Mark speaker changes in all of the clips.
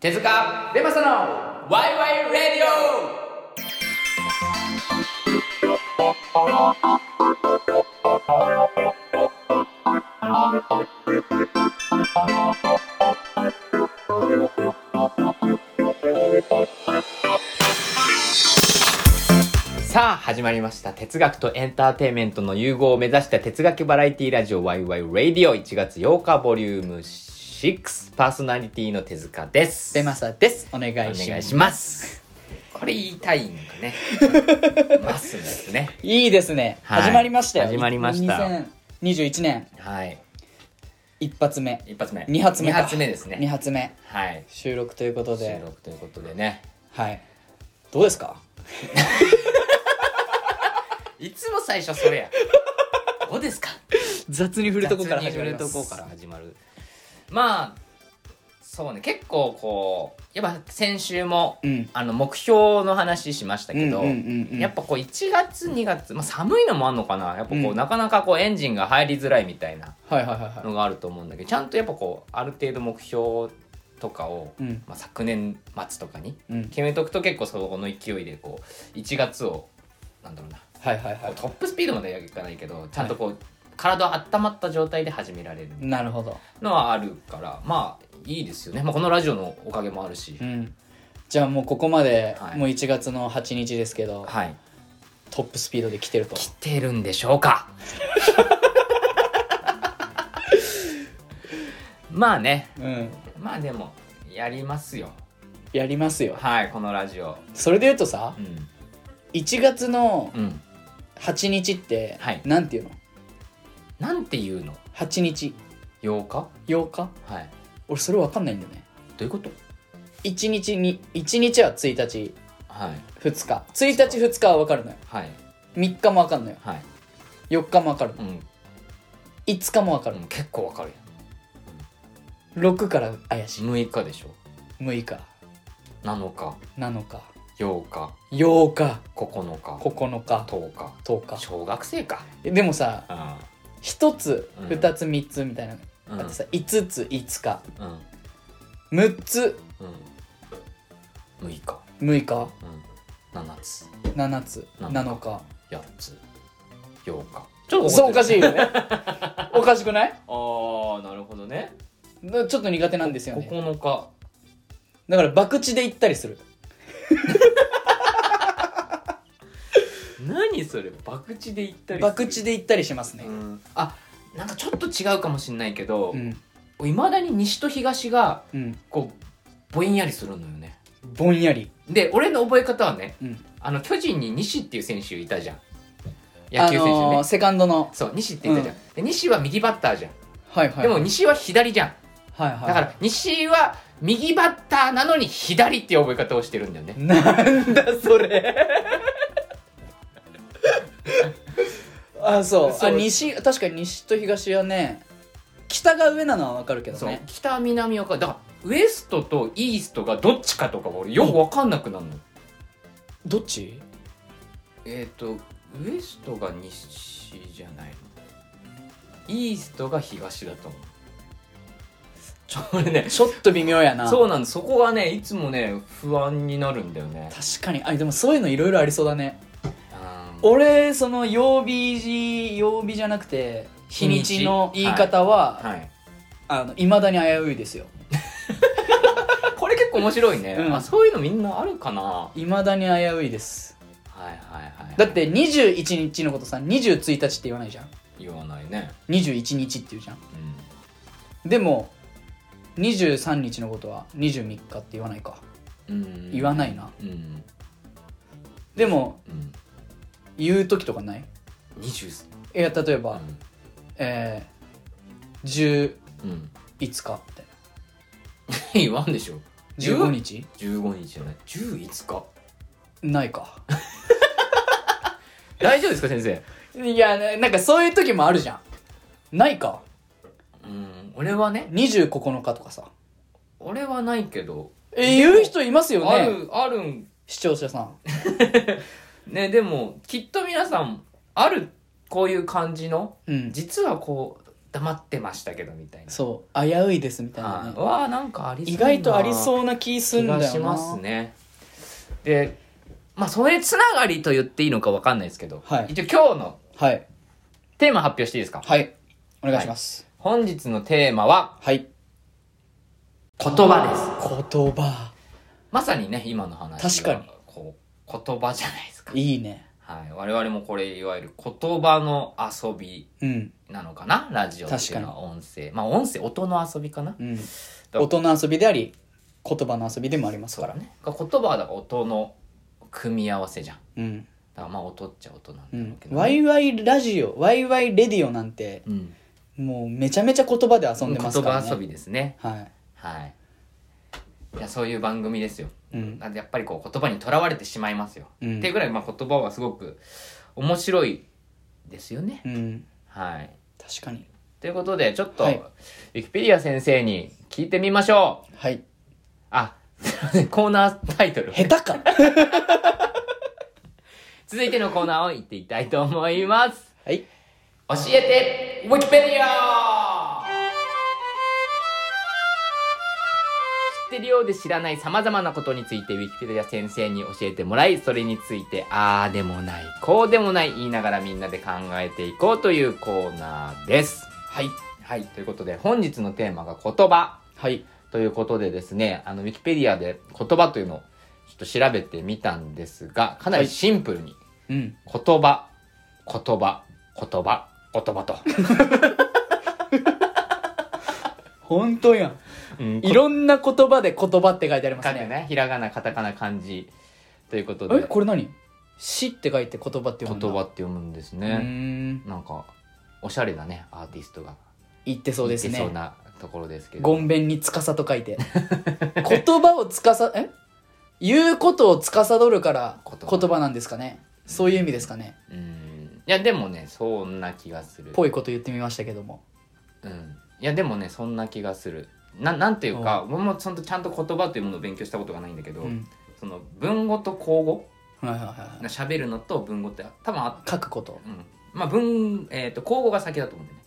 Speaker 1: 手塚レマサのワイワイレディオさあ始まりました哲学とエンターテインメントの融合を目指した哲学バラエティラジオワイワイレディオ1月8日ボリューム6パーソナリティの手塚です
Speaker 2: ベマサです。お願い
Speaker 1: お
Speaker 2: し
Speaker 1: 願
Speaker 2: ま
Speaker 1: い
Speaker 2: す。
Speaker 1: します。これ言いたいんか ね。ますですね。
Speaker 2: いいですね。
Speaker 1: はい
Speaker 2: 始まりましたよ。
Speaker 1: 始まりました
Speaker 2: 2021年
Speaker 1: はい。
Speaker 2: 一発目、
Speaker 1: 一発目。
Speaker 2: 二発目
Speaker 1: 二
Speaker 2: か。
Speaker 1: 発目です
Speaker 2: 二
Speaker 1: ね。
Speaker 2: 発目
Speaker 1: はい。
Speaker 2: 収録ということで
Speaker 1: 収、録ということでね。
Speaker 2: はい。どうですか？
Speaker 1: いつも最初それや。どうですか。
Speaker 2: 雑に振
Speaker 1: 振
Speaker 2: るとこから始まり
Speaker 1: る
Speaker 2: ま
Speaker 1: と
Speaker 2: す。
Speaker 1: こから始まる。まあ。そうね。結構こう。やっぱ先週も。
Speaker 2: うん。
Speaker 1: あの目標の話しましたけど。
Speaker 2: うんうんうんうん
Speaker 1: やっぱこう1月2月、まあ、寒いのもあんのかなやっぱこう、
Speaker 2: うん
Speaker 1: なかなかこうエンジンが入りづらいみたいな
Speaker 2: はいはいはいは
Speaker 1: のがあると思うんだけどちゃんとやっぱこうある程度目標とかを、
Speaker 2: い。うん
Speaker 1: まあ、昨年末とかに
Speaker 2: うん。
Speaker 1: 決めとくと結構そこの勢いでこう1月をなんだろうな
Speaker 2: はいはいは
Speaker 1: こうトップスピードまではいかないけどちゃんとこう、体温まった状態で始められる
Speaker 2: い。なるほど。
Speaker 1: のはあるからまあいいですよね、まあ、このラジオのおかげもあるし
Speaker 2: う、ん。じゃあもうここまで、
Speaker 1: はい
Speaker 2: もう1月の8日ですけど、
Speaker 1: はい
Speaker 2: トップスピードで来てると。
Speaker 1: 来てるんでしょう かまあね
Speaker 2: うん。
Speaker 1: まあでもやりますよ
Speaker 2: やりますよ。
Speaker 1: はいこのラジオ
Speaker 2: それで言うとさ
Speaker 1: う、ん
Speaker 2: 1月の
Speaker 1: うん
Speaker 2: 8日って、
Speaker 1: はい
Speaker 2: なんていうの
Speaker 1: なんていうの
Speaker 2: ?8 日
Speaker 1: 8日
Speaker 2: 8日
Speaker 1: はい
Speaker 2: 俺それ分かんないんだよね
Speaker 1: どういうこと
Speaker 2: 1日に1日は1日
Speaker 1: はい
Speaker 2: 2日1日2日は分かるのよ
Speaker 1: はい
Speaker 2: 3日も分かるのよ
Speaker 1: はい
Speaker 2: 4日も分かるの
Speaker 1: うん、
Speaker 2: 5日も分かる
Speaker 1: うん結構わかる
Speaker 2: の6から怪し
Speaker 1: やん6日でしょ
Speaker 2: い6日
Speaker 1: 7日
Speaker 2: 7日
Speaker 1: 8日
Speaker 2: 8日
Speaker 1: 9日
Speaker 2: 9日
Speaker 1: 10日
Speaker 2: 10日
Speaker 1: 小学生か
Speaker 2: えでもさ
Speaker 1: あ
Speaker 2: 1つ
Speaker 1: うん
Speaker 2: 2つ3つみたいなの
Speaker 1: あうん
Speaker 2: あってさ5つ5日
Speaker 1: うん
Speaker 2: 6つ
Speaker 1: うん6日
Speaker 2: 6日
Speaker 1: うん7つ
Speaker 2: 7つ
Speaker 1: 7
Speaker 2: 7日
Speaker 1: 8つ8日ちょっと
Speaker 2: そうおか
Speaker 1: い
Speaker 2: しいよ ねおかしくない
Speaker 1: ああなるほどね
Speaker 2: ちょっと苦手なんですよね
Speaker 1: 9日
Speaker 2: だから博打で行ったりする
Speaker 1: 何それ博打で行ったりする
Speaker 2: 博打で行ったりしますね
Speaker 1: うんあなんかちょっと違うかもしれないけど
Speaker 2: うん
Speaker 1: いま、未だに西と東が
Speaker 2: うん
Speaker 1: こうぼんやりするのよね
Speaker 2: ぼんやり
Speaker 1: で俺の覚え方はね
Speaker 2: うん
Speaker 1: あの巨人に西っていう選手いたじゃん野
Speaker 2: あ
Speaker 1: 球選手ね、
Speaker 2: のーセカンドの
Speaker 1: そう西っていたじゃん、で西は右バッターじゃん、
Speaker 2: はいはい
Speaker 1: でも西は左じゃん
Speaker 2: はいはい
Speaker 1: だから西は右バッターなのに左っていう覚え方をしてるんだよね
Speaker 2: なんだそ れあそう
Speaker 1: そう
Speaker 2: あ西確かに西と東はね北が上なのはわかるけど
Speaker 1: そう
Speaker 2: ね
Speaker 1: 北南はかだからウエストとイーストがどっちかとかが俺よく分かんなくなるの、
Speaker 2: どっち
Speaker 1: えっ、とウエストが西じゃないのイーストが東だと思うちょ俺ね
Speaker 2: ちょっと微妙やな
Speaker 1: そうなんですそこがねいつもね不安になるんだよね
Speaker 2: 確かにあでもそういうのいろいろありそうだね
Speaker 1: うん
Speaker 2: 俺その曜日曜日じゃなくて日にちの言い方は、
Speaker 1: はい
Speaker 2: あの未だに危ういですよ
Speaker 1: これ結構面白いね、
Speaker 2: うん
Speaker 1: あそういうのみんなあるかなは
Speaker 2: 未だに危ういです
Speaker 1: いはいはい
Speaker 2: だって21日のことさ21日って言わないじゃん
Speaker 1: 言わないね
Speaker 2: 21日って言うじゃん
Speaker 1: うん
Speaker 2: でも23日のことは23日って言わないか
Speaker 1: うん
Speaker 2: 言わないな
Speaker 1: うん
Speaker 2: でも
Speaker 1: うん
Speaker 2: 言う時とかない
Speaker 1: 20
Speaker 2: いや例え
Speaker 1: う
Speaker 2: ば、
Speaker 1: ん
Speaker 2: えー、
Speaker 1: うん
Speaker 2: 15日みたいな
Speaker 1: 言わんでしょ
Speaker 2: 15日
Speaker 1: 15日じゃない15日
Speaker 2: ないか
Speaker 1: 大丈夫ですか先生
Speaker 2: いやななんかそういう時もあるじゃんないか
Speaker 1: うん俺はね
Speaker 2: 29日とかさ
Speaker 1: 俺はないけど
Speaker 2: え言う人いますよ
Speaker 1: あ
Speaker 2: ね
Speaker 1: るあるん
Speaker 2: 視聴者さん
Speaker 1: ねでもきっと皆さんあるこういう感じの
Speaker 2: うん
Speaker 1: 実はこう黙ってましたけどみたいな
Speaker 2: そう危ういですみたいな
Speaker 1: は
Speaker 2: ね
Speaker 1: い、わあなんかありそう
Speaker 2: 意
Speaker 1: な
Speaker 2: 外とありそうな気すんだよ
Speaker 1: 気
Speaker 2: な
Speaker 1: がしますねでまあそれつながりと言っていいのかわかんないですけど、
Speaker 2: はい
Speaker 1: 一応今日の
Speaker 2: はい
Speaker 1: テーマ発表していいですか
Speaker 2: はいお願いします
Speaker 1: 本日のテーマは
Speaker 2: はい、
Speaker 1: 言葉です
Speaker 2: 言葉
Speaker 1: まさにね今の話は
Speaker 2: 確か
Speaker 1: こう言葉じゃないですか、
Speaker 2: いいね
Speaker 1: はい、我々もこれいわゆる言葉の遊び
Speaker 2: うん
Speaker 1: なのかなラジオっていうのは音声まあ音声音の遊びかな
Speaker 2: うん
Speaker 1: だ
Speaker 2: 音の遊びであり言葉の遊びでもありますから
Speaker 1: ね言葉はだから音の組み合わせじゃん
Speaker 2: うん
Speaker 1: だからまあ音っちゃ音なん
Speaker 2: う
Speaker 1: だろうんけど、
Speaker 2: ワイワイラジオワイワイレディオなんて
Speaker 1: うん
Speaker 2: もうめちゃめちゃ言葉で遊んでますからね
Speaker 1: 言葉遊びですね
Speaker 2: は
Speaker 1: はいいやそういう番組ですよ
Speaker 2: いうん
Speaker 1: なんでやっぱりこう言葉にとらわれてしまいますよ、
Speaker 2: うん
Speaker 1: っていうぐらいまあ言葉はすごく面白いですよね、
Speaker 2: うん
Speaker 1: はい
Speaker 2: 確かに
Speaker 1: ということでちょっと、
Speaker 2: はい
Speaker 1: ウィキペディア先生に聞いてみましょう
Speaker 2: はい
Speaker 1: あ すいませんコーナータイトル
Speaker 2: 下手か
Speaker 1: 続いてのコーナーを行っていきたいと思います
Speaker 2: はい
Speaker 1: 教えてウィキペディア知ってるようで知らないさまざまなことについてウィキペディア先生に教えてもらいそれについてああでもないこうでもない言いながらみんなで考えていこうというコーナーです
Speaker 2: はい
Speaker 1: はいということで本日のテーマが言葉
Speaker 2: はい
Speaker 1: ということでですねあのウィキペディアで言葉というのをちょっと調べてみたんですがかなりシンプルに、
Speaker 2: うん
Speaker 1: 言葉言葉言葉言葉と、
Speaker 2: 本当やん
Speaker 1: うん
Speaker 2: いろんな言葉で言葉って書いてあります
Speaker 1: かね
Speaker 2: ね
Speaker 1: ねひらがなカタカナ漢字ということで
Speaker 2: えこれ何死って書いて言葉って
Speaker 1: 言葉っ
Speaker 2: 読むんだ
Speaker 1: て読むんです
Speaker 2: うー
Speaker 1: ね、
Speaker 2: ん
Speaker 1: なんかおしゃれなねアーティストが
Speaker 2: 言ってそうです
Speaker 1: いけそう
Speaker 2: ね
Speaker 1: なところですけど
Speaker 2: ごんべんにつかさと書いて言葉をつかさえ言うことをつかさどるから
Speaker 1: 言葉
Speaker 2: 言葉なんですかねそういう意味ですかね
Speaker 1: うんいやでもねそんな気がする
Speaker 2: ぽいこと言ってみましたけども
Speaker 1: うん、いやでもねそんな気がするななんていうか僕もちゃんとちゃんと言葉というものを勉強したことがないんだけど、
Speaker 2: うん
Speaker 1: その文語と口語
Speaker 2: はいはいはいはい
Speaker 1: 喋るのと文語って多分あ、
Speaker 2: 書くこと
Speaker 1: うん、まあ文、えー、と口語が先だと思うんだよね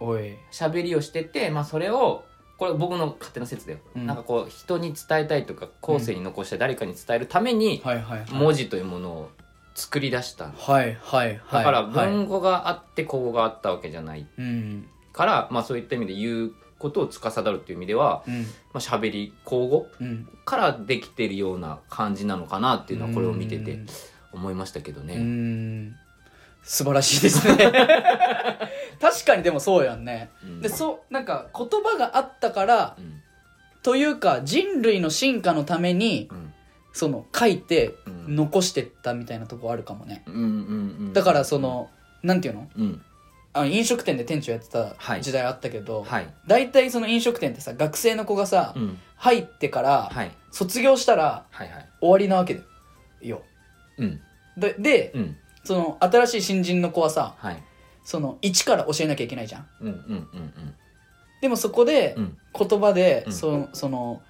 Speaker 2: おい
Speaker 1: 喋りをしてて、まあ、それをこれ僕の勝手な説だよ、
Speaker 2: うん
Speaker 1: なんかこう人に伝えたいとか後世に残して誰かに伝えるために
Speaker 2: はいはいはい
Speaker 1: 文字というものを作り出した、
Speaker 2: はいはいは
Speaker 1: だ
Speaker 2: い
Speaker 1: から
Speaker 2: はい
Speaker 1: 文語があって口語があったわけじゃない
Speaker 2: うん
Speaker 1: から、まあ、そういった意味で言うことを司るっていう意味では
Speaker 2: うん
Speaker 1: まあ、喋り口語
Speaker 2: うん
Speaker 1: からできてるような感じなのかなっていうのはこれを見てて思いましたけど
Speaker 2: う
Speaker 1: ね、
Speaker 2: ーん素晴らしいです ね確かにでもそうやんね、
Speaker 1: うん
Speaker 2: でそうなんか言葉があったから
Speaker 1: うん
Speaker 2: というか人類の進化のために
Speaker 1: うん
Speaker 2: その書いて
Speaker 1: うん
Speaker 2: 残してったみたいなとこあるかもね
Speaker 1: うんうんうん
Speaker 2: だからそ、のなんていうの
Speaker 1: うん、
Speaker 2: あの飲食店で店長やってた
Speaker 1: はい
Speaker 2: 時代あったけど、
Speaker 1: はい、
Speaker 2: 大体その飲食店ってさ学生の子がさ、
Speaker 1: うん、
Speaker 2: 入ってから
Speaker 1: はい
Speaker 2: 卒業したら
Speaker 1: はいはい
Speaker 2: 終わりなわけだよ
Speaker 1: うん
Speaker 2: でで、
Speaker 1: うん
Speaker 2: その新しい新人の子はさ
Speaker 1: はい
Speaker 2: その一から教えなきゃいけないじゃん
Speaker 1: うんうんうん
Speaker 2: でもそこで
Speaker 1: うんうん
Speaker 2: 言葉で
Speaker 1: うん
Speaker 2: その,、その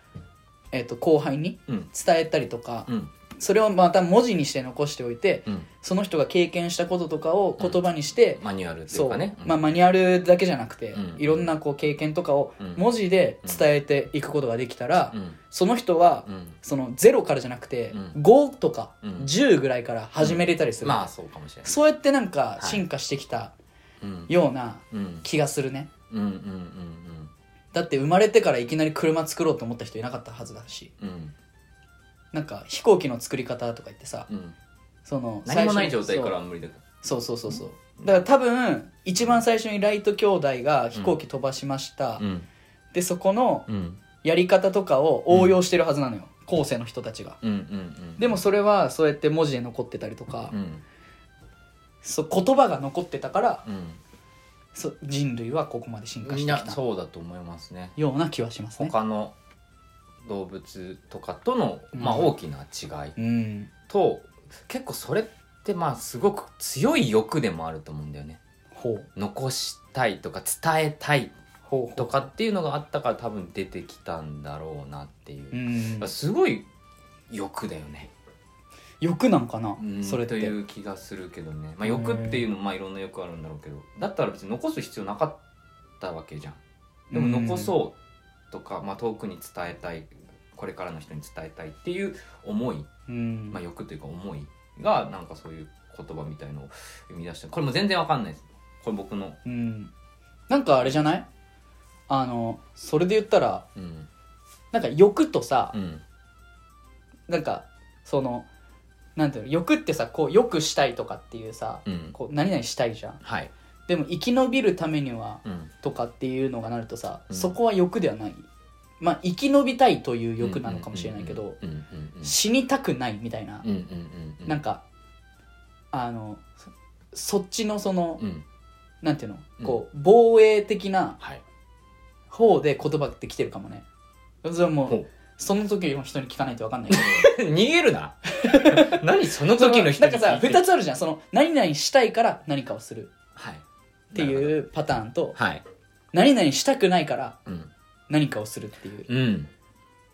Speaker 2: えっと後輩に
Speaker 1: うん
Speaker 2: 伝えたりとか、
Speaker 1: うん
Speaker 2: それをまた文字にして残しておいて
Speaker 1: うん
Speaker 2: その人が経験したこととかを言葉にして、
Speaker 1: マニュアルってい
Speaker 2: そうう
Speaker 1: かね
Speaker 2: まあ、マニュアルだけじゃなくて、
Speaker 1: うん
Speaker 2: いろんなこう経験とかを
Speaker 1: うん
Speaker 2: 文字で伝えていくことができたら、
Speaker 1: うん
Speaker 2: その人は、
Speaker 1: うん
Speaker 2: その0からじゃなくて、
Speaker 1: う
Speaker 2: 5とか
Speaker 1: うん
Speaker 2: 10ぐらいから始めれたりする、
Speaker 1: まあそうかもしれない
Speaker 2: そうやってなんか
Speaker 1: はい
Speaker 2: 進化してきた
Speaker 1: うん
Speaker 2: ような
Speaker 1: うん
Speaker 2: 気がするね、
Speaker 1: うんうんうん
Speaker 2: だって生まれてからいきなり車作ろうと思った人いなかったはずだし
Speaker 1: うんうん
Speaker 2: なんか飛行機の作り方とか言ってさ
Speaker 1: うん
Speaker 2: その
Speaker 1: 何も
Speaker 2: 最
Speaker 1: ない
Speaker 2: 初に
Speaker 1: 状態からは無理だか
Speaker 2: そうそうそうそうそうだから多分一番最初にライト兄弟が飛行機飛ばしました、
Speaker 1: らうん
Speaker 2: でそこの
Speaker 1: うん
Speaker 2: やり方とかを応用してるはずなのよ、後世の人たちが
Speaker 1: うんうんうん
Speaker 2: でもそれはそうやって文字で残ってたりとか、
Speaker 1: うん
Speaker 2: そう言葉が残ってたから
Speaker 1: うん
Speaker 2: そう人類はここまで進化
Speaker 1: み
Speaker 2: し
Speaker 1: ん
Speaker 2: て
Speaker 1: な
Speaker 2: きた
Speaker 1: そうだと思いますね
Speaker 2: ような気はしますね
Speaker 1: 他の動物とかとの、
Speaker 2: うん
Speaker 1: まあ、大きな違い
Speaker 2: うん
Speaker 1: と、結構それってまあすごく強い欲でもあると思うんだよね
Speaker 2: ほう
Speaker 1: 残したいとか伝えたい
Speaker 2: ほう
Speaker 1: とかっていうのがあったから多分出てきたんだろうなっていう
Speaker 2: う、ん
Speaker 1: すごい欲だよね
Speaker 2: 欲なんかな、
Speaker 1: うん
Speaker 2: それっ
Speaker 1: と
Speaker 2: て
Speaker 1: いう気がするけどね、まあ、欲っていうのもまあいろんな欲あるんだろうけどだったら別に残す必要なかったわけじゃんでも残そうとか、まあ、遠くに伝えたいこれからの人に伝えたいっていう思い、
Speaker 2: うん、うん
Speaker 1: まあ、欲というか思いがなんかそういう言葉みたいのを生み出したこれも全然わかんないですこれ僕の、
Speaker 2: うん、なんかあれじゃないあのそれで言ったら
Speaker 1: うん
Speaker 2: なんか欲とさ、
Speaker 1: うん
Speaker 2: なんかそのなんていうの欲ってさこうよくしたいとかっていうさ、
Speaker 1: うん、
Speaker 2: こう何々したいじゃん
Speaker 1: はい、
Speaker 2: でも生き延びるためには
Speaker 1: うん、
Speaker 2: とかっていうのがなるとさ、
Speaker 1: うん
Speaker 2: そこは欲ではないまあ生き延びたいという欲なのかもしれないけど、
Speaker 1: うんうんうんうん
Speaker 2: 死にたくないみたいな、
Speaker 1: うんうんうんうん
Speaker 2: なんかあのそそっちのその、
Speaker 1: うん
Speaker 2: なんていうの
Speaker 1: うん
Speaker 2: こう防衛的な
Speaker 1: はい
Speaker 2: 方で言葉ってきてるかもねそれはも
Speaker 1: ほ
Speaker 2: う
Speaker 1: う
Speaker 2: その時の人に聞かないと分かんないけ ど
Speaker 1: 逃げるな 何その時の人
Speaker 2: なんかさ2つあるじゃんその何々したいから何かをする
Speaker 1: はい、
Speaker 2: って
Speaker 1: う
Speaker 2: いうパターンと
Speaker 1: はい
Speaker 2: 何々したくないから
Speaker 1: うん
Speaker 2: 何かをするっていう
Speaker 1: うん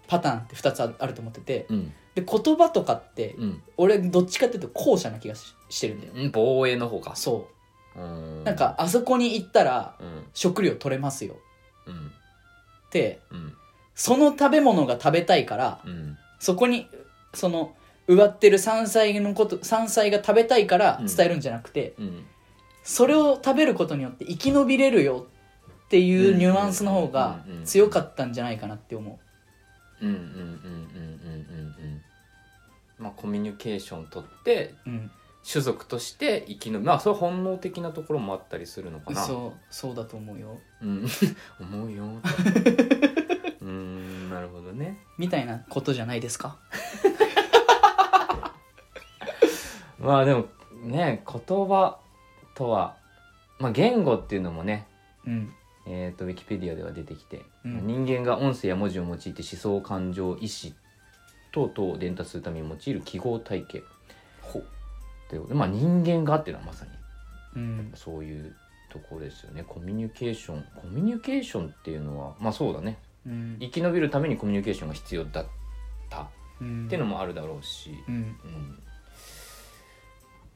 Speaker 2: パターンって2つああると思ってて
Speaker 1: うん
Speaker 2: で言葉とかって
Speaker 1: うん
Speaker 2: 俺どっちかっていうと後者な気がししてるんだよ
Speaker 1: うん防衛の方か
Speaker 2: そう
Speaker 1: ー
Speaker 2: うんなんかあそこに行ったら
Speaker 1: うん
Speaker 2: 食料取れますよ
Speaker 1: うん
Speaker 2: って
Speaker 1: うん
Speaker 2: その食べ物が食べたいから
Speaker 1: うん
Speaker 2: そこにその植わってる山菜のこと山菜が食べたいから伝えるんじゃなくて、
Speaker 1: うん
Speaker 2: それを食べることによって生き延びれるよっていうニュアンスの方が
Speaker 1: うんうんうんうん
Speaker 2: 強かったんじゃないかなって思
Speaker 1: うんうんうんうんうんうんうんまあコミュニケーション取って
Speaker 2: う、うん、
Speaker 1: 種族として生き延びまあそれは本能的なところもあったりするのかな
Speaker 2: そうそうだと思うよ
Speaker 1: うん 思 うようーんなるほどね
Speaker 2: みたいなことじゃないですか
Speaker 1: まあでもね言葉とは、まあ、言語っていうのもね、
Speaker 2: うん
Speaker 1: えー、とウィキペディアでは出てきて、
Speaker 2: うん
Speaker 1: 人間が音声や文字を用いて思想感情意思等々を伝達するために用いる記号体系
Speaker 2: ほ
Speaker 1: ということで、まあ、人間がっていうのはまさに
Speaker 2: うん
Speaker 1: そういうところですよねコミュニケーションコミュニケーションっていうのはまあそうだね
Speaker 2: うん
Speaker 1: 生き延びるためにコミュニケーションが必要だったっ
Speaker 2: うん
Speaker 1: ていうのもあるだろうし、
Speaker 2: うん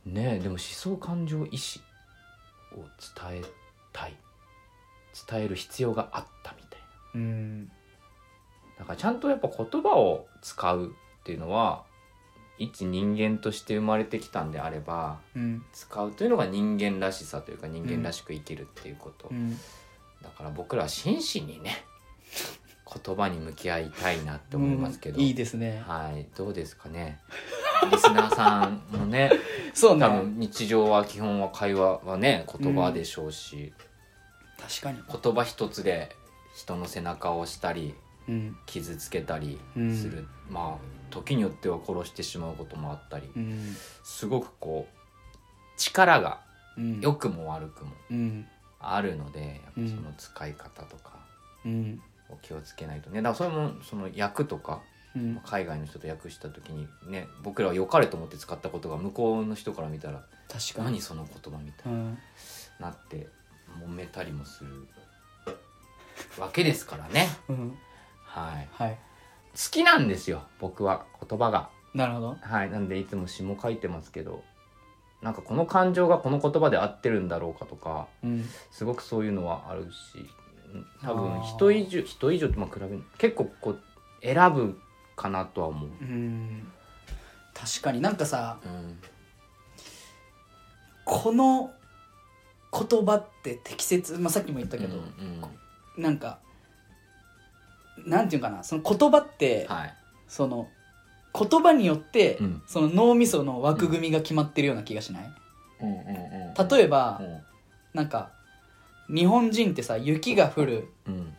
Speaker 1: うん、ねえでも思想感情意志を伝えたい伝える必要があったみたいな
Speaker 2: うん
Speaker 1: だからちゃんとやっぱ言葉を使うっていうのは一人間として生まれてきたんであれば
Speaker 2: うん
Speaker 1: 使うというのが人間らしさというか人間らしく生きるっていうこと、
Speaker 2: うん
Speaker 1: だから僕らは真摯にね言葉に向き合いたいなって思いますけど、
Speaker 2: うんいいですね
Speaker 1: はいどうですかねリスナーさんもね
Speaker 2: そうね
Speaker 1: 多分日常は基本は会話はね言葉でしょうし、
Speaker 2: 確かに
Speaker 1: 言葉一つで人の背中を押したり
Speaker 2: うん
Speaker 1: 傷つけたり
Speaker 2: うん
Speaker 1: する、まあ時によっては殺してしまうこともあったり
Speaker 2: うん
Speaker 1: すごくこう力が
Speaker 2: うん
Speaker 1: 良くも悪くも
Speaker 2: うん
Speaker 1: あるのでやっぱその使い方とか
Speaker 2: うん
Speaker 1: を気をつけないとねだからそれもその役とか
Speaker 2: うん
Speaker 1: 海外の人と訳した時にね僕らは良かれと思って使ったことが向こうの人から見たら
Speaker 2: 確かに
Speaker 1: 何その言葉みたいな。
Speaker 2: うん
Speaker 1: なって揉めたりもするわけですからね。
Speaker 2: うん
Speaker 1: はい。
Speaker 2: はい
Speaker 1: 好きなんですよ、僕は言葉が。
Speaker 2: なるほど
Speaker 1: はい。なんでいつも詩も書いてますけど、なんかこの感情がこの言葉で合ってるんだろうかとか、
Speaker 2: うん
Speaker 1: すごくそういうのはあるし、多
Speaker 2: あ
Speaker 1: 分
Speaker 2: ー
Speaker 1: 人以上、人以上とまあ比べる、結構こう選ぶかなとは思う。
Speaker 2: うん確かになんかさ
Speaker 1: うん。
Speaker 2: この言葉って適切、まあ、さっきも言ったけど、
Speaker 1: うん
Speaker 2: なんかなんていうかなその言葉って、
Speaker 1: はい。
Speaker 2: その言葉によって、
Speaker 1: うん
Speaker 2: その脳みその枠組みが決まってるような気がしない、
Speaker 1: うんうんうん
Speaker 2: 例え
Speaker 1: ば
Speaker 2: ば、なんか日本人ってさ雪が降る
Speaker 1: うんうん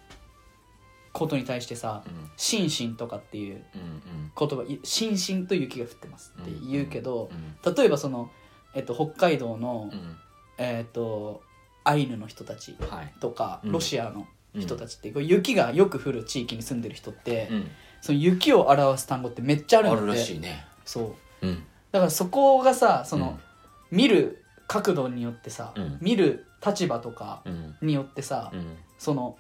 Speaker 2: ことに対してさ
Speaker 1: うん
Speaker 2: 「心身」とかっていう
Speaker 1: うん
Speaker 2: 言葉「心身」と雪が降ってますって言うけど
Speaker 1: う、ん
Speaker 2: 例えばその、えっと、北海道の、
Speaker 1: うん
Speaker 2: えっとアイヌの人たち
Speaker 1: うんはい。
Speaker 2: とか、
Speaker 1: うん
Speaker 2: ロシアの人たちって、こう雪がよく降る地域に住んでる人って、
Speaker 1: うん
Speaker 2: その雪を表す単語ってめっちゃあるんだって
Speaker 1: いね。
Speaker 2: そう
Speaker 1: うん。
Speaker 2: だからそこがさその、見る角度によってさ、
Speaker 1: うん
Speaker 2: 見る立場とか
Speaker 1: うん。
Speaker 2: によってさ、
Speaker 1: うん。
Speaker 2: その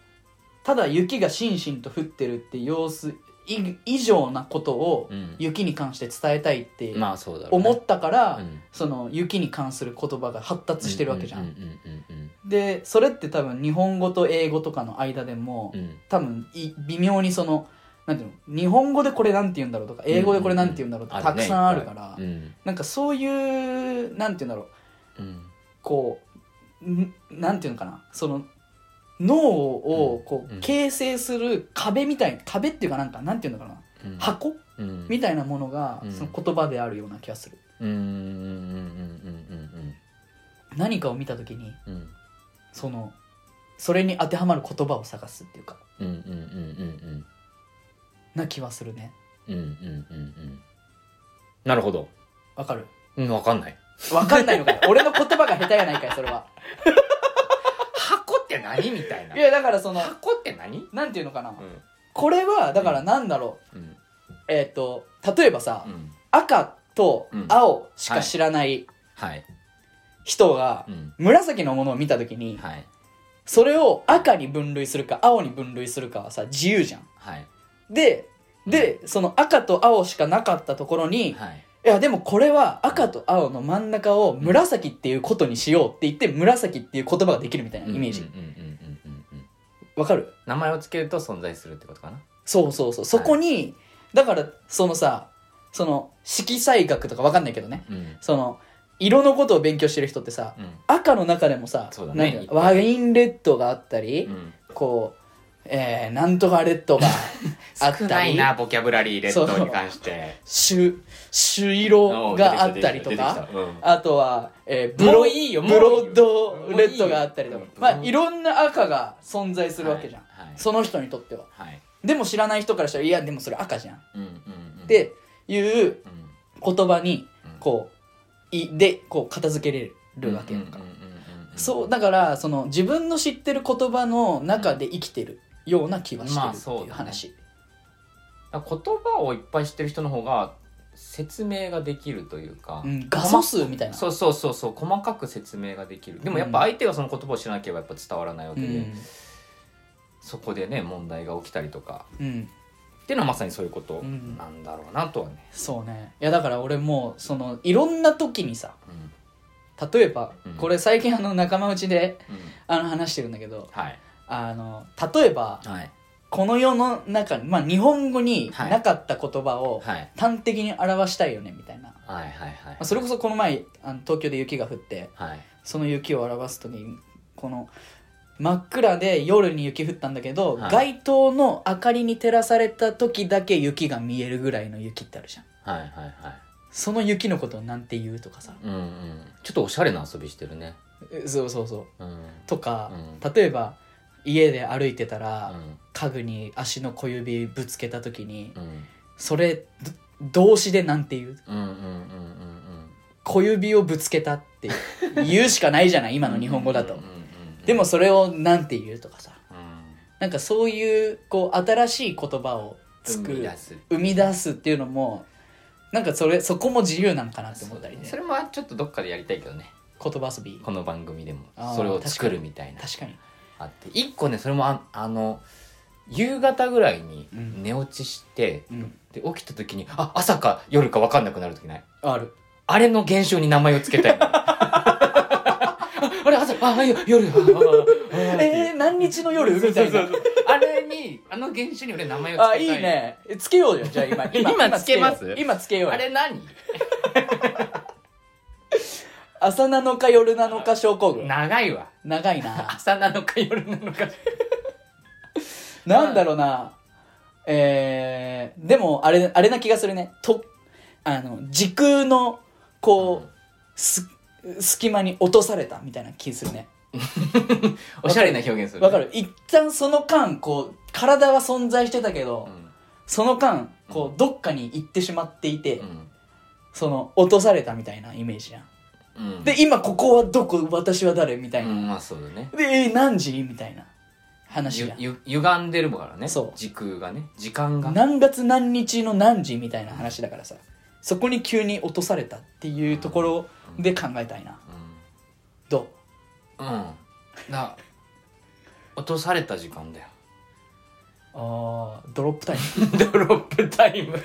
Speaker 2: ただ雪がしんしんと降ってるって様子い以上なことを
Speaker 1: うん
Speaker 2: 雪に関して伝えたいって
Speaker 1: まあそうだろうね
Speaker 2: 思ったから、
Speaker 1: うん
Speaker 2: その雪に関する言葉が発達してるわけじゃん。
Speaker 1: うんうんうん
Speaker 2: でそれって多分日本語と英語とかの間でも、
Speaker 1: うんうん
Speaker 2: 多分い微妙にそのなんていうの日本語でこれなんて言うんだろうとか英語でこれなんて言うんだろうとか、
Speaker 1: うんうんうん
Speaker 2: たくさんあるから、
Speaker 1: うん
Speaker 2: なんかそういうなんて言うんだろう
Speaker 1: うん
Speaker 2: こうんなんていうのかなその脳をこ
Speaker 1: うん
Speaker 2: う形成する壁みたい壁っていうかなんかなんていうのかな
Speaker 1: うん
Speaker 2: 箱
Speaker 1: うん
Speaker 2: みたいなものが
Speaker 1: うん
Speaker 2: その言葉であるような気がする
Speaker 1: うんうんうん
Speaker 2: 何かを見た時に
Speaker 1: うんうんうん
Speaker 2: そのそれに当てはまる言葉を探すっていうか
Speaker 1: うんうんうん
Speaker 2: な気はするね
Speaker 1: うんうんうんうんうんうんなるほど
Speaker 2: わかる
Speaker 1: うんわかんない
Speaker 2: わかんないのか よ俺の言葉が下手やないかいそれは
Speaker 1: 箱って何みたいない
Speaker 2: やだからその
Speaker 1: 箱って何
Speaker 2: なんていうのかな
Speaker 1: うん
Speaker 2: これはだからなんだろ
Speaker 1: うん
Speaker 2: うえっと例えばさ
Speaker 1: うん
Speaker 2: 赤と青し
Speaker 1: うん
Speaker 2: か
Speaker 1: はい
Speaker 2: 知らない
Speaker 1: はい
Speaker 2: 人が
Speaker 1: うん
Speaker 2: 紫のものを見た時に
Speaker 1: はい
Speaker 2: それを赤に分類するか青に分類するかはさ自由じゃん
Speaker 1: はい
Speaker 2: ででその赤と青しかなかったところに、い、
Speaker 1: はい
Speaker 2: やでもこれは赤と青の真ん中を紫っていうことにしようって言って紫っていう言葉ができるみたいなイメージ
Speaker 1: う
Speaker 2: わ
Speaker 1: ん、うんうんうんうんうん
Speaker 2: かる
Speaker 1: 名前をつけると存在するってことかな
Speaker 2: そうそうそうそこに、だからそのさその色彩学とかわかんないけどね
Speaker 1: うん
Speaker 2: その色のことを勉強してる人ってさ
Speaker 1: うん
Speaker 2: 赤の中でもさ、
Speaker 1: そうだ
Speaker 2: な
Speaker 1: ね
Speaker 2: んだろワインレッドがあったり、
Speaker 1: うん
Speaker 2: こう、えー、なんとかレッドがあった
Speaker 1: 少
Speaker 2: り
Speaker 1: ないなボキャブラリーレッドに関して
Speaker 2: 朱朱色があったりとかあとは、えー、ブ
Speaker 1: も
Speaker 2: ロ
Speaker 1: ういいよ
Speaker 2: ブ
Speaker 1: もういいよ
Speaker 2: ロッドレッドがあったりとか
Speaker 1: もういいよ
Speaker 2: まあいろんな赤が存在す
Speaker 1: す
Speaker 2: るわけじゃん、
Speaker 1: はいはい
Speaker 2: その人にとっては
Speaker 1: はい
Speaker 2: でも知らない人からしたらいやでもそれ赤じゃんっ
Speaker 1: うんうんうん
Speaker 2: ていう
Speaker 1: うん
Speaker 2: 言葉に
Speaker 1: うん
Speaker 2: こういでこう片付けれるわけやんか、
Speaker 1: うんうんうんうん
Speaker 2: そうだからその自分の知ってる言葉の中で生きてるような気はしてるっていう
Speaker 1: まあそ
Speaker 2: 話、
Speaker 1: 言葉をいっぱい知ってる人の方が説明ができるというか、
Speaker 2: うん、画素数みたいな
Speaker 1: そうそうそうそう細かく説明ができるでもやっぱ相手がその言葉を知らなければやっぱ伝わらないわけ
Speaker 2: う
Speaker 1: で、
Speaker 2: ん、
Speaker 1: そこでね問題が起きたりとか
Speaker 2: うん、
Speaker 1: っていうのはまさにそういうこと
Speaker 2: うん
Speaker 1: なんだろうなとはね、
Speaker 2: そうねいやだから俺もうそのいろんな時にさ
Speaker 1: うん
Speaker 2: 例えば、
Speaker 1: うん
Speaker 2: これ最近あの仲間内で
Speaker 1: うん
Speaker 2: あの話してるんだけど
Speaker 1: はい
Speaker 2: あの例えば
Speaker 1: はい
Speaker 2: この世の中に、まあ、日本語に
Speaker 1: はい
Speaker 2: なかった言葉を
Speaker 1: はい
Speaker 2: 端的に表したいよねみたいな、ま
Speaker 1: はいはいはい
Speaker 2: あ、それこそこの前あの東京で雪が降って
Speaker 1: はい
Speaker 2: その雪を表す時にこの真っ暗で夜に雪降ったんだけど、
Speaker 1: はい
Speaker 2: 街灯の明かりに照らされた時だけ雪が見えるぐらいの雪ってあるじゃん
Speaker 1: はいはいはい
Speaker 2: その雪のことをなんて言うとかさ
Speaker 1: うんうんちょっとおしゃれな遊びしてるね
Speaker 2: えそうそうそう
Speaker 1: うんうん
Speaker 2: とか、
Speaker 1: う
Speaker 2: 例えば家で歩いてたら、家具に足の小指ぶつけた時に、
Speaker 1: うん
Speaker 2: それど動詞でなんて言う
Speaker 1: うんうんうんうん
Speaker 2: 小指をぶつけたって言うしかないじ ゃない今
Speaker 1: う
Speaker 2: の
Speaker 1: ん
Speaker 2: 日本語だと
Speaker 1: うんうんうんうん
Speaker 2: でもそれをなんて言うとかさ
Speaker 1: うん
Speaker 2: なんかそういうこう新しい言葉を作
Speaker 1: 生み
Speaker 2: る
Speaker 1: 出す
Speaker 2: 生み出すっていうのもなんかそれそこも自由なんかなって思ったりね
Speaker 1: それもちょっとどっかでやりたいけどね
Speaker 2: 言葉遊び
Speaker 1: この番組でも
Speaker 2: あー
Speaker 1: それを作るみたいな
Speaker 2: 確かに
Speaker 1: あって一個ねそれもああの夕方ぐらいに
Speaker 2: うん
Speaker 1: 寝落ちして、
Speaker 2: うん
Speaker 1: で起きた時にあ朝か夜か分かんなくなる時ない
Speaker 2: ある
Speaker 1: あれの現象に名前をつけたいああれ朝ああよ夜ああああああっていう
Speaker 2: えー、何日の夜みたいな
Speaker 1: そうそうそうあれにあの現象に俺名前をつけたい
Speaker 2: あいいねえつけようよじゃあ 今
Speaker 1: 今つけます
Speaker 2: 今つよう今つけようよ
Speaker 1: あれ何
Speaker 2: 朝なのか夜なのか症候群
Speaker 1: 長いわ
Speaker 2: 長いな
Speaker 1: 朝 なのか夜なのか
Speaker 2: なんだろうなえー、でもあれあれな気がするねとあの時空のこう、す隙間に落とされたみたいな気するね
Speaker 1: おしゃれな表現する
Speaker 2: わかる一旦その間こう体は存在してたけど、
Speaker 1: うん
Speaker 2: その間こうどっかに行ってしまっていて、
Speaker 1: うん
Speaker 2: その落とされたみたいなイメージやん、
Speaker 1: うん
Speaker 2: で今ここはどこ私は誰みたいうな、
Speaker 1: んまあそうだね
Speaker 2: でえー何時みたいな話
Speaker 1: ゆ
Speaker 2: やん
Speaker 1: ゆ歪んでるからね
Speaker 2: そう
Speaker 1: 時空がね時間が
Speaker 2: 何月何日の何時みたいな話だからさそこに急に落とされたっていうところで考えたいなど
Speaker 1: うん、うん、だ落とされた時間だよ
Speaker 2: うあードロップタイム
Speaker 1: ドロップタイム。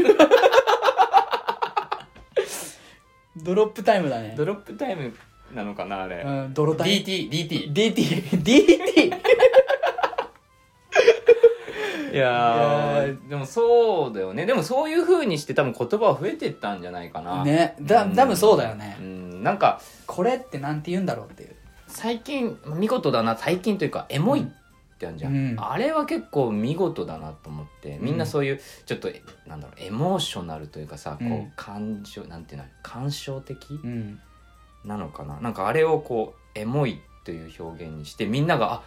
Speaker 2: ドロップタイムだね
Speaker 1: ドロップタイムなのかな、あれ。
Speaker 2: うんドロタイ
Speaker 1: DT、DT。
Speaker 2: DT DT
Speaker 1: いや
Speaker 2: いや
Speaker 1: ーでもそうだよね。でもそういう風にして多分言葉は増えてったんじゃないかな。
Speaker 2: ねだ
Speaker 1: ん
Speaker 2: 多分そうだよね
Speaker 1: うん、なんか、
Speaker 2: これってなんて言うんだろうっていう
Speaker 1: 最近、見事だな、最近というか、エモいってあるじゃん。
Speaker 2: うん
Speaker 1: あれは結構見事だなと思って、みんなそういう、ちょっと、なんだろう、エモーショナルというかさ、
Speaker 2: う
Speaker 1: こ
Speaker 2: ん
Speaker 1: う、感情、なんていうの、感傷的
Speaker 2: うん
Speaker 1: なのかななんかあれをこうエモいという表現にしてみんながあ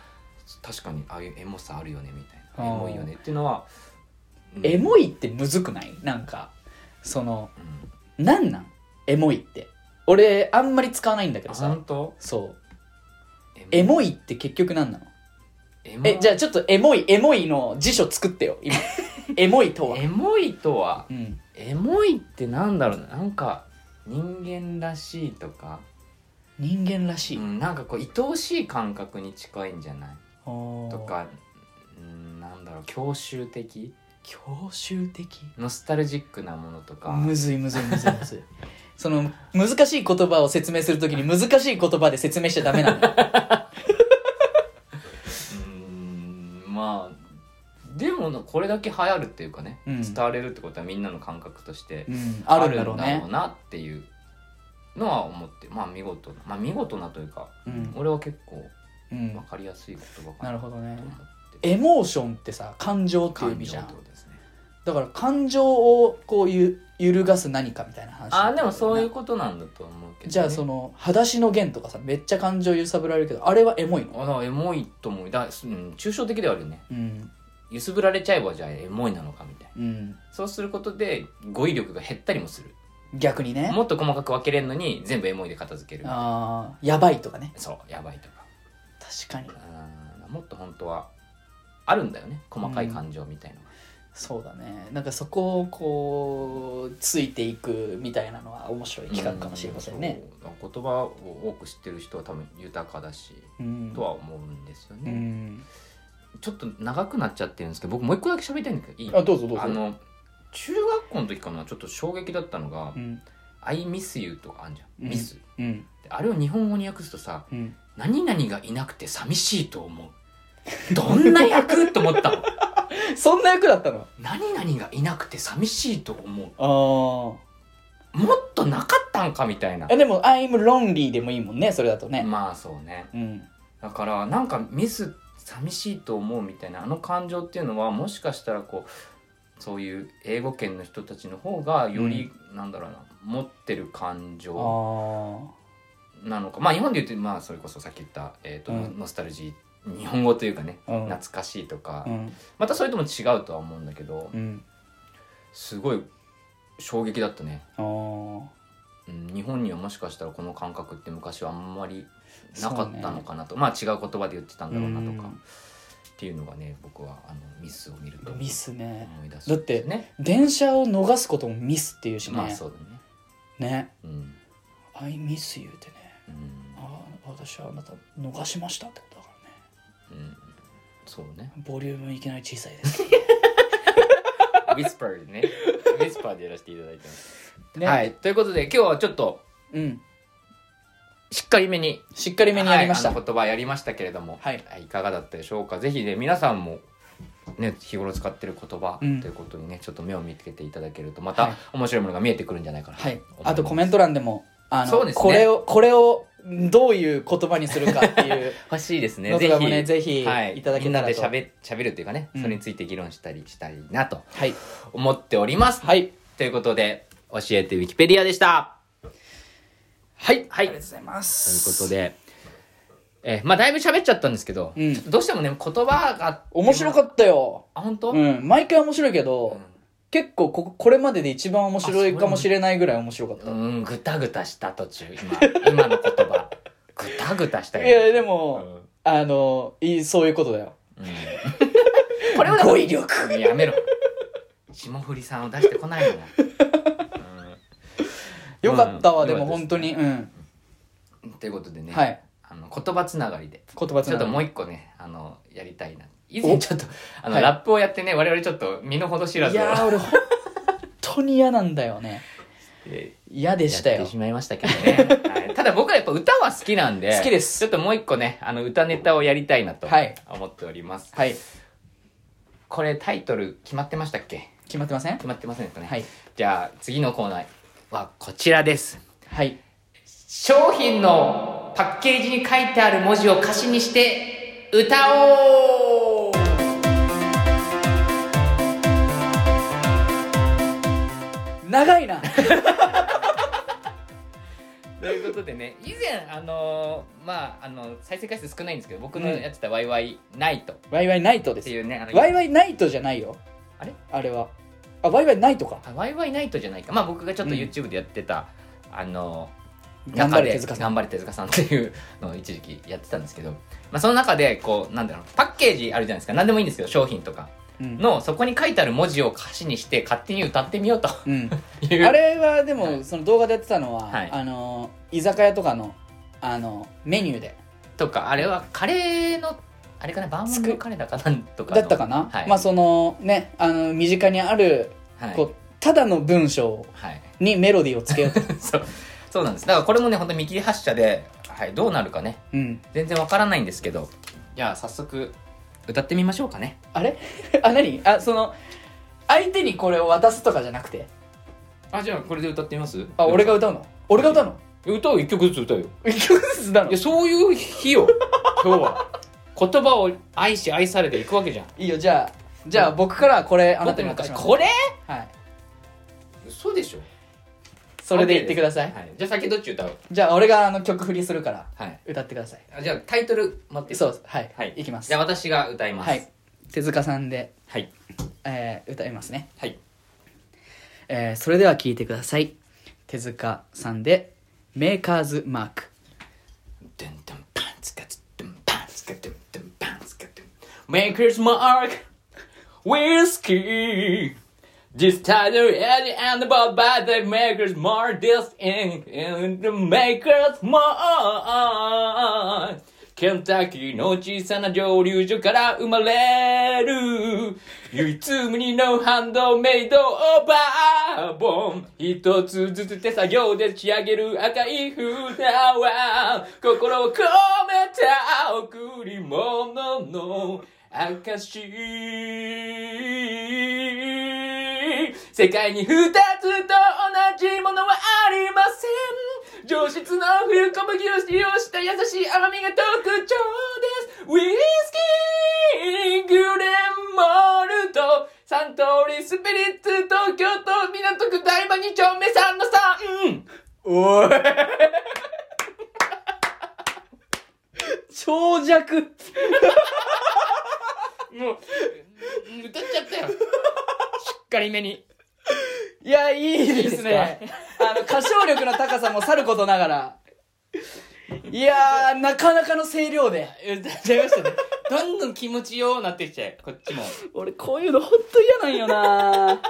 Speaker 1: 確かにああいうエモさあるよねみたいな
Speaker 2: あー
Speaker 1: エモいよねっていうのは、うん
Speaker 2: エモいってむずくないなんかその
Speaker 1: うん
Speaker 2: なんなんエモいって俺あんまり使わないんだけど
Speaker 1: あ
Speaker 2: さ
Speaker 1: 本当
Speaker 2: そうエ
Speaker 1: い
Speaker 2: モいって結局何なの
Speaker 1: エモ
Speaker 2: えじゃあちょっとエモいエモいの辞書作ってよ 今エモいとは
Speaker 1: エモいとは
Speaker 2: うん
Speaker 1: エモいってなんだろうななんか人間らしいとか、
Speaker 2: 人間らし
Speaker 1: う
Speaker 2: い
Speaker 1: ん、なんかこう愛おしい感覚に近いんじゃないと
Speaker 2: と
Speaker 1: か、うん、なんだろう郷愁的
Speaker 2: 教習的
Speaker 1: ノスタルジックなものとか、
Speaker 2: むずいむずいむずいむずい その難しい言葉を説明するときに難しい言葉で説明しちゃダメなん だよ
Speaker 1: うーんまあでもなこれだけ流行るっていうかね、
Speaker 2: うん
Speaker 1: 伝われるってことはみんなの感覚として
Speaker 2: うんあ
Speaker 1: あ
Speaker 2: るん
Speaker 1: るん
Speaker 2: だ
Speaker 1: だ
Speaker 2: ろ
Speaker 1: ろう
Speaker 2: うね
Speaker 1: なっていうのは思ってまあ見事なまあ見事なというか、
Speaker 2: うん
Speaker 1: 俺は結構
Speaker 2: うん
Speaker 1: 分かりやすい言葉かな
Speaker 2: なる
Speaker 1: と
Speaker 2: ほどね
Speaker 1: 思って、
Speaker 2: エモーションってさ感情っていう意
Speaker 1: 感
Speaker 2: 味じ
Speaker 1: 情
Speaker 2: ゃ
Speaker 1: っ
Speaker 2: ん
Speaker 1: てことですね
Speaker 2: だから感情をこうゆ揺るがす何かみたいな話
Speaker 1: ああでもそういうことなんだと思うけどね、
Speaker 2: じゃあその「裸足の弦」とかさめっちゃ感情揺さぶられるけどあれはエモいの
Speaker 1: あだからエモいと思うだ、うん、抽象的ではあるよね
Speaker 2: うん
Speaker 1: 揺すぶられちゃえばじゃあエモいなのかみたい
Speaker 2: うん
Speaker 1: なそうすることで語彙力が減ったりもする
Speaker 2: 逆にね
Speaker 1: もっと細かく分けれるのに全部エモいで片付ける
Speaker 2: あーやばいとかね
Speaker 1: そうやばいとか
Speaker 2: 確かに
Speaker 1: うんもっと本当はあるんだよね細かい感情みたいな、
Speaker 2: そうだねなんかそこをこうついていくみたいなのは面白い企画かもしれませんね
Speaker 1: うんそう言葉を多く知ってる人は多分豊かだし、
Speaker 2: うん
Speaker 1: とは思うんですよ
Speaker 2: う
Speaker 1: ね、
Speaker 2: ん
Speaker 1: ちょっと長くなっちゃってるんですけど僕もう一個だけ喋りたいんだけどいい
Speaker 2: あどうぞどうぞ
Speaker 1: あの中学校の時かなちょっと衝撃だったのが
Speaker 2: うん
Speaker 1: 「I miss you」とかあんじゃん「
Speaker 2: うん
Speaker 1: ミス
Speaker 2: うん」
Speaker 1: であれを日本語に訳すとさ
Speaker 2: うん
Speaker 1: 「何々がいなくて寂しいと思う」どんな役と思ったの
Speaker 2: そんな役だったの
Speaker 1: 何々がいなくて寂しいと思う
Speaker 2: あ
Speaker 1: もっとなかったんかみたいな
Speaker 2: あえでも「I'm lonely」でもいいもんねそれだとね
Speaker 1: まあそうね
Speaker 2: うん
Speaker 1: だからなんかミス寂しいと思うみたいなあの感情っていうのはもしかしたらこうそういう英語圏の人たちの方がより、なんだろうな持ってる感
Speaker 2: あ
Speaker 1: 情
Speaker 2: ー
Speaker 1: なのかまあ日本で言うと、まあ、それこそさっき言った、えーと
Speaker 2: うん
Speaker 1: ノスタルジー日本語というかね、
Speaker 2: うん
Speaker 1: 懐かしいとか、
Speaker 2: うん
Speaker 1: またそれとも違うとは思うんだけど
Speaker 2: うん
Speaker 1: すごい衝撃だったね
Speaker 2: あー
Speaker 1: うん日本にはもしかしたらこの感覚って昔はあんまりなかったのかなと、まあ違う言葉で言ってたんだろうなとか
Speaker 2: うん
Speaker 1: っていうのがね僕はあのミスを見ると
Speaker 2: ミスね
Speaker 1: 思い出すんですね
Speaker 2: 電車を逃すこともミスっていうしね、
Speaker 1: まあそうだね
Speaker 2: ね
Speaker 1: うん、
Speaker 2: 「I miss you」ってね
Speaker 1: うん
Speaker 2: ああ私はあなた逃しましたってことだからね
Speaker 1: うん、そう ね
Speaker 2: ボリュームいきなり小さいで すけ
Speaker 1: ウィスパーでねウィスパーでやらせていただいてます、
Speaker 2: どね
Speaker 1: はいということで今日はちょっと
Speaker 2: うん
Speaker 1: しっかりめに
Speaker 2: しっかりめにやりました、
Speaker 1: はいあの言葉やりましたけれども、
Speaker 2: はい
Speaker 1: いかがだったでしょうかぜひね皆さんもね、日頃使ってる言葉と
Speaker 2: うん
Speaker 1: いうことにね、ちょっと目を見つけていただけるとま
Speaker 2: は
Speaker 1: た
Speaker 2: い
Speaker 1: 面白いものが見えてくるんじゃないかなと
Speaker 2: は
Speaker 1: 思
Speaker 2: い
Speaker 1: います、
Speaker 2: あとコメント欄でもあ
Speaker 1: そ
Speaker 2: の、
Speaker 1: うですね
Speaker 2: これをこれをどういう言葉にするかっていう
Speaker 1: 欲しいですね
Speaker 2: のと
Speaker 1: ぜ
Speaker 2: か
Speaker 1: ひ
Speaker 2: もねぜひ
Speaker 1: はい、
Speaker 2: いただけたら
Speaker 1: みん
Speaker 2: と
Speaker 1: なで喋喋るというかね、
Speaker 2: うん
Speaker 1: それについて議論したりしたいなと
Speaker 2: はい
Speaker 1: 思っております、
Speaker 2: はい
Speaker 1: ということで教えてウィキペディアでした
Speaker 2: はい、
Speaker 1: はい
Speaker 2: ありがとうございま
Speaker 1: という
Speaker 2: す
Speaker 1: ことでえーまあだいぶ喋っちゃったんですけど、
Speaker 2: うん
Speaker 1: ちょっとどうしてもね言葉が
Speaker 2: 面白かったよ
Speaker 1: あ本当、
Speaker 2: うん毎回面白いけ
Speaker 1: う
Speaker 2: ど
Speaker 1: ん、
Speaker 2: 結構ここれまでで一番面白いかもしれないぐらい面白かった
Speaker 1: うん、ぐたぐたした途中、今、今の言 葉。ぐたぐたした
Speaker 2: いや
Speaker 1: よ。
Speaker 2: で も、あのいいそういうことだよ
Speaker 1: うん、これをだから
Speaker 2: 語彙力
Speaker 1: やめろ。霜降りさんを出してこないのよ。
Speaker 2: よかったわ、
Speaker 1: うん
Speaker 2: でも本当にうん
Speaker 1: うんということでね、
Speaker 2: はい
Speaker 1: あの言葉つながりで、
Speaker 2: 言葉つ
Speaker 1: ちょ
Speaker 2: な
Speaker 1: っ
Speaker 2: が
Speaker 1: と
Speaker 2: り
Speaker 1: もう一個ね、あの、やりたいな。以前ちょっと、あの、
Speaker 2: はい
Speaker 1: ラップをやってね、我々ちょっと身の程知ら
Speaker 2: い
Speaker 1: ずを
Speaker 2: やー俺本当に嫌なんだよね
Speaker 1: え
Speaker 2: 嫌で
Speaker 1: ー
Speaker 2: した
Speaker 1: やっ
Speaker 2: よ
Speaker 1: てしまいましたけどね。はいただ僕はやっぱ歌は好きなんで、
Speaker 2: 好きです
Speaker 1: ちょっともう一個ね、あの、歌ネタをやりたいなと
Speaker 2: はい
Speaker 1: 思っております。
Speaker 2: はい
Speaker 1: これタイトル決まってましたっけ
Speaker 2: 決まってません
Speaker 1: 決まってませんかね。
Speaker 2: はい
Speaker 1: じゃあ、次のコーナーはこちらです。
Speaker 2: はい
Speaker 1: 商品のパッケージに書いてある文字を歌詞にして歌おう
Speaker 2: 長いな
Speaker 1: ということでね以前あのーまああの再生回数少ないんですけど僕の
Speaker 2: うん
Speaker 1: やってた「ワイワイナイト」っ
Speaker 2: ワイワイナイトで
Speaker 1: て
Speaker 2: す
Speaker 1: いうねあの
Speaker 2: ワイワイナイトじゃないよ
Speaker 1: あれ
Speaker 2: あれはあワイワイナイトか
Speaker 1: あワイワイナイトじゃないかまあ僕がちょっと
Speaker 2: うん
Speaker 1: YouTube でやってた、あのー
Speaker 2: 頑張
Speaker 1: 中
Speaker 2: れ
Speaker 1: で
Speaker 2: 手塚さ
Speaker 1: 頑
Speaker 2: ん
Speaker 1: 張れ手塚さんっていうのを一時期やってたんですけど、まあ、その中でこうなんだろうパッケージあるじゃないですか何でもいいんですよ商品とか
Speaker 2: うん
Speaker 1: のそこに書いてある文字を歌詞にして勝手に歌ってみようと
Speaker 2: うん
Speaker 1: いう
Speaker 2: あれはでも、
Speaker 1: はい
Speaker 2: その動画でやってたのは、
Speaker 1: はい
Speaker 2: あの居酒屋とかのあのメニューで
Speaker 1: とかあれはカレーのあれかなバーモントカレーだかなんとかの
Speaker 2: だったかな、
Speaker 1: はい
Speaker 2: まあそのねあの身近にある、
Speaker 1: はい
Speaker 2: こうただの文章
Speaker 1: はい、
Speaker 2: にメロディーをつけようと、
Speaker 1: そうそうなんですだからこれもね本当見切り発車で、はい、どうなるかね
Speaker 2: うん、
Speaker 1: 全然わからないんですけどじゃあ早速歌ってみましょうかね
Speaker 2: あれ あ何あその相手にこれを渡すとかじゃなくて
Speaker 1: あじゃあこれで歌ってみます
Speaker 2: あ俺が歌うの俺が歌うの
Speaker 1: 歌を一曲ずつ歌うよ
Speaker 2: 一 曲ずつなの
Speaker 1: いやそういう日よ 今日は言葉を愛し愛されていくわけじゃん
Speaker 2: いいよじゃあじゃあ僕からはこれあなたに渡します
Speaker 1: これ
Speaker 2: はい
Speaker 1: 嘘でしょ
Speaker 2: それで言ってください、
Speaker 1: はい、じゃあ先どっち歌う
Speaker 2: じゃあ俺があの曲振りするから
Speaker 1: はい
Speaker 2: 歌ってください
Speaker 1: あじゃあタイトル待って
Speaker 2: そうですはい、、
Speaker 1: はいい
Speaker 2: きます
Speaker 1: じゃあ私が歌います
Speaker 2: はい、手塚さんで、
Speaker 1: はい
Speaker 2: えー歌いますね、
Speaker 1: はい
Speaker 2: えーそれでは聴いてください手塚さんで「メーカーズマーク
Speaker 1: ドゥンドゥンパンツカツドゥンパンツカドゥンドゥンパンツカドゥン Maker's Mark Whiskey This title is enabled by the Maker's Mark This ink in the Maker's Mark ケンタッキーの小さな蒸留所から生まれる唯一無二のハンドメイドバーボン一つずつ手作業で仕上げる赤い札は心を込めた贈り物の証 世界に二つと同じものはありません上質の冬小麦を使用した優しい甘みが特徴ですウィスキーグレンモルトサントリースピリッツ東京都港区台場2丁目3の3」
Speaker 2: おい長尺
Speaker 1: もううん歌っちゃったよしっかりめに
Speaker 2: いやいい
Speaker 1: いいで
Speaker 2: で
Speaker 1: す
Speaker 2: す
Speaker 1: か
Speaker 2: ねあの歌唱力の高さもさることながらいやーなかなかの声量で
Speaker 1: 歌っちゃいましたねどんどん気持ちようなってきちゃうこっちも
Speaker 2: 俺こういうのほんと嫌なんよな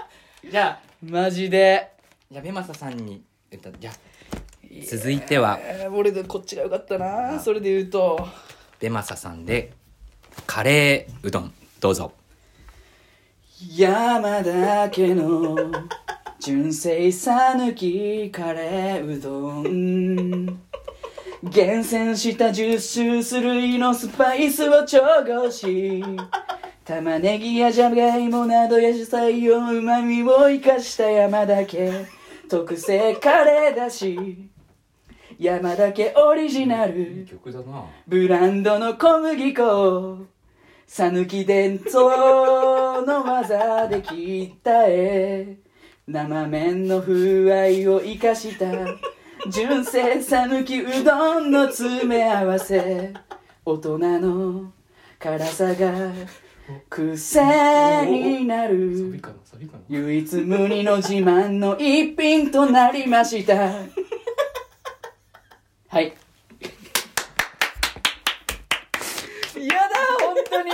Speaker 1: じゃあ
Speaker 2: マジで
Speaker 1: じゃあベマサさんに歌じゃあ続いては
Speaker 2: えー俺でこっちがよかったなそれで言うと
Speaker 1: ベマサさんでカレーうどんどうぞ
Speaker 2: 山だけの純正さぬきカレーうどん厳選した10種類のスパイスを調合し玉ねぎやじゃがいもなどや野菜をうまみを生かした山だけ特製カレーだし山だけオリジナル
Speaker 1: 曲だな
Speaker 2: ブランドの小麦粉をさぬき伝統の技で切った絵生麺の風合いを生かした純正さぬきうどんの詰め合わせ大人の辛さが癖になる
Speaker 1: かなサビかな
Speaker 2: 唯一無二の自慢の一品となりましたはい嫌だ本当に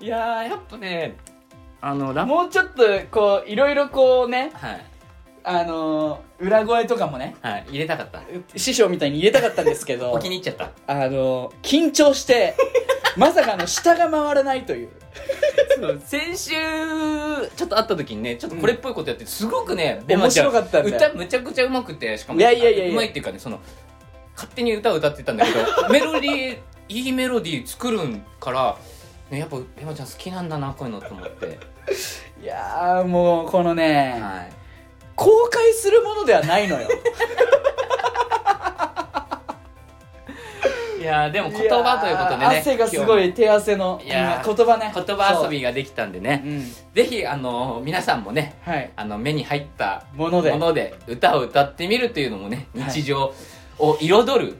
Speaker 1: いやーやっぱねあのラモ
Speaker 2: もうちょっとこういろいろこうね
Speaker 1: はい
Speaker 2: あのー裏声とかもね
Speaker 1: はい入れたかった
Speaker 2: 師匠みたいに入れたかったんですけど
Speaker 1: お気に入っちゃった
Speaker 2: あのー緊張してまさかの下が回らないという
Speaker 1: そう先週ちょっと会った時にねちょっとこれっぽいことやってすごくね、ベマ
Speaker 2: 面
Speaker 1: ちゃん
Speaker 2: 白かったんだよ
Speaker 1: 歌むちゃくちゃうまくてしかも
Speaker 2: いやいやいやいや
Speaker 1: うまいっていうかねその勝手に歌を歌ってたんだけ どメロディーいいメロディー作るんから、ね、やっぱベマちゃん好きなんだなこういうのと思って、
Speaker 2: いやーもうこのね、
Speaker 1: はい、
Speaker 2: 公開するものではないのよ
Speaker 1: いやーでも 言葉ということで
Speaker 2: いやー
Speaker 1: ね
Speaker 2: 汗がすごい手汗の
Speaker 1: いやー
Speaker 2: 言葉ね
Speaker 1: 今日言葉遊びができたんで
Speaker 2: そう
Speaker 1: ね
Speaker 2: うん
Speaker 1: ぜひあのー皆さんもね
Speaker 2: はい
Speaker 1: あの目に入った
Speaker 2: もので
Speaker 1: もので歌を歌ってみるというのもね
Speaker 2: はい
Speaker 1: 日常を彩る、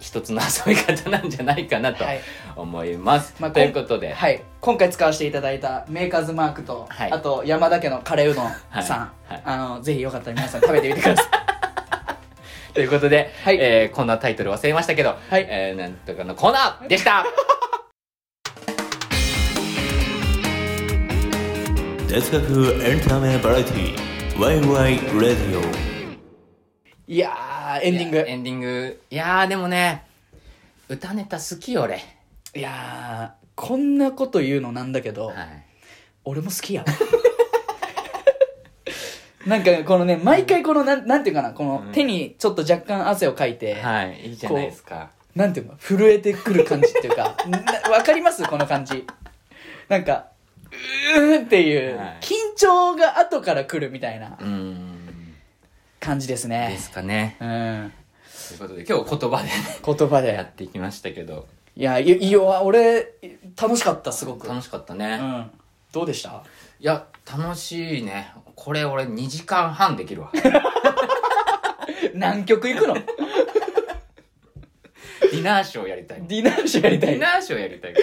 Speaker 1: 一つの遊び方なんじゃないかなと
Speaker 2: はい
Speaker 1: 思います。
Speaker 2: まあ
Speaker 1: ということで、
Speaker 2: はい、今回使わせていただいたメーカーズマークと、
Speaker 1: はい
Speaker 2: あと山田家のカレーうどんさん、
Speaker 1: はいはい
Speaker 2: あのぜひよかったら皆さん食べてみてください
Speaker 1: ということで、
Speaker 2: はい
Speaker 1: えーこんなタイトル忘れましたけど、
Speaker 2: はい
Speaker 1: えーなんとかのコーナーでした
Speaker 3: 哲学エンタメバラエティワイワイラディオ
Speaker 2: いやー エンディン
Speaker 1: い
Speaker 2: グ
Speaker 1: やエンディング。いやーでもね、歌ネタ好き俺。
Speaker 2: いやーこんなこと言うのなんだけど、
Speaker 1: はい。
Speaker 2: 俺も好きやわ なんかこのね毎回このなんなんていうかなこの手にちょっと若干汗をかいて、
Speaker 1: はい、いいじゃないですか。
Speaker 2: なんていうの震えてくる感じっていうかなわかりますこの感じなんかうーんっていう、
Speaker 1: はい
Speaker 2: 緊張が後から来るみたいな
Speaker 1: うーん。
Speaker 2: 感じです
Speaker 1: で
Speaker 2: ね
Speaker 1: すかね。
Speaker 2: うん
Speaker 1: ということで、今日言葉でね、
Speaker 2: 言葉
Speaker 1: や
Speaker 2: で
Speaker 1: っていきましたけど、
Speaker 2: いやいいよ俺楽しかったすごく、う
Speaker 1: 楽しかったね。
Speaker 2: ん、どうでした
Speaker 1: いや、楽しいね。これ俺2時間半できる わ。
Speaker 2: 南極行くの
Speaker 1: ディナーショーやりたい。
Speaker 2: ディナーショーやりた
Speaker 1: ディ
Speaker 2: い
Speaker 1: ナーショーやりたいか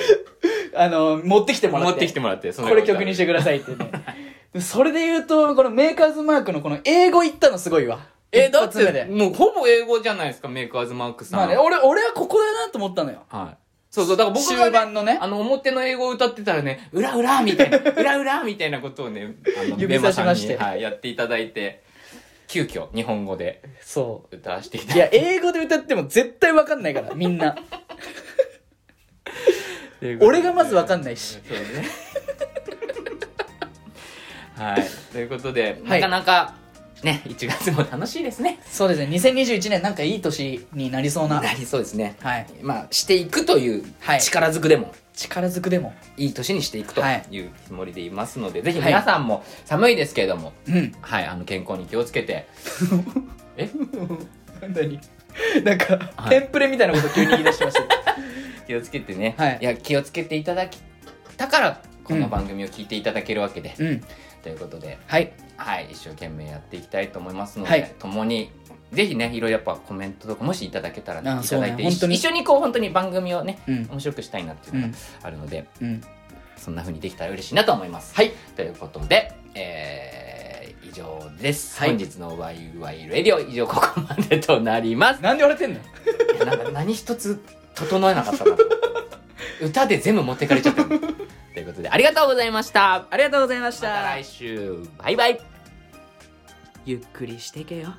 Speaker 1: ら。
Speaker 2: あの 持ってきてもらって
Speaker 1: 持ってきてもらって、その
Speaker 2: これ曲にしてくださいってねそれで言うとこのメーカーズマークのこの英語言ったのすごいわ
Speaker 1: え、
Speaker 2: 一
Speaker 1: だっ
Speaker 2: 発目
Speaker 1: て、
Speaker 2: で
Speaker 1: もうほぼ英語じゃないですか、メイクアズマークさん。
Speaker 2: まあね、俺俺はここだなと思ったのよ
Speaker 1: はい。そうそう、だから僕が、ね、
Speaker 2: 終盤のね
Speaker 1: あの、表の英語を歌ってたらね、裏裏みたい な、裏裏みたいなことをね、あの、
Speaker 2: 指差しまして
Speaker 1: ベマさんにはい、やっていただいて、急遽、日本語で
Speaker 2: そ
Speaker 1: 歌わせていただ
Speaker 2: ういや英語で歌っても絶対わかんないからみん な俺がまずわかんないし
Speaker 1: そうね。はい。ということで、
Speaker 2: はい
Speaker 1: なかなか、ね、1月も楽しいですね。
Speaker 2: そうですね2021年なんかいい年になりそう な
Speaker 1: なりそうですね。
Speaker 2: はい
Speaker 1: まあ、していくという
Speaker 2: はい
Speaker 1: 力づくでも、
Speaker 2: 力ずく でも
Speaker 1: いい年にしていくと
Speaker 2: はい
Speaker 1: いうつもりでいますので、ぜひ
Speaker 2: はい
Speaker 1: 皆さんも寒いですけれども、
Speaker 2: うん
Speaker 1: はい、あの健康に気をつけ て、
Speaker 2: 何なんか、
Speaker 1: はい
Speaker 2: テンプレみたいなこと急に言い出しました
Speaker 1: 気をつけてね、
Speaker 2: はい
Speaker 1: や気をつけていただきだからこ
Speaker 2: う
Speaker 1: の
Speaker 2: ん
Speaker 1: 番組を聞いていただけるわけで、
Speaker 2: うん
Speaker 1: と いうことで、
Speaker 2: はい
Speaker 1: はい、一生懸命やっていきたいと思いますので、
Speaker 2: はい
Speaker 1: 共にぜひねいろいろやっぱコメントとかもしいただけたら、ね、
Speaker 2: ああ
Speaker 1: いただい
Speaker 2: そう
Speaker 1: て、
Speaker 2: ね本当に
Speaker 1: 一緒にこう本当に番組をね
Speaker 2: うん
Speaker 1: 面白くしたいなっていうのがあるので、
Speaker 2: うん
Speaker 1: そんな風にできたら嬉しいなと思います。
Speaker 2: はい
Speaker 1: ということで、えー以上です、
Speaker 2: はい
Speaker 1: 本日の「ワイワイレディオ」以上ここまでとなります。
Speaker 2: なんで笑ってんの
Speaker 1: なんか何一つ整えなかったな歌で全部持ってかれち ゃったということでありがとうございました
Speaker 2: ありがとうございまし
Speaker 1: また来週バイバイ
Speaker 2: ゆっくりしてけよ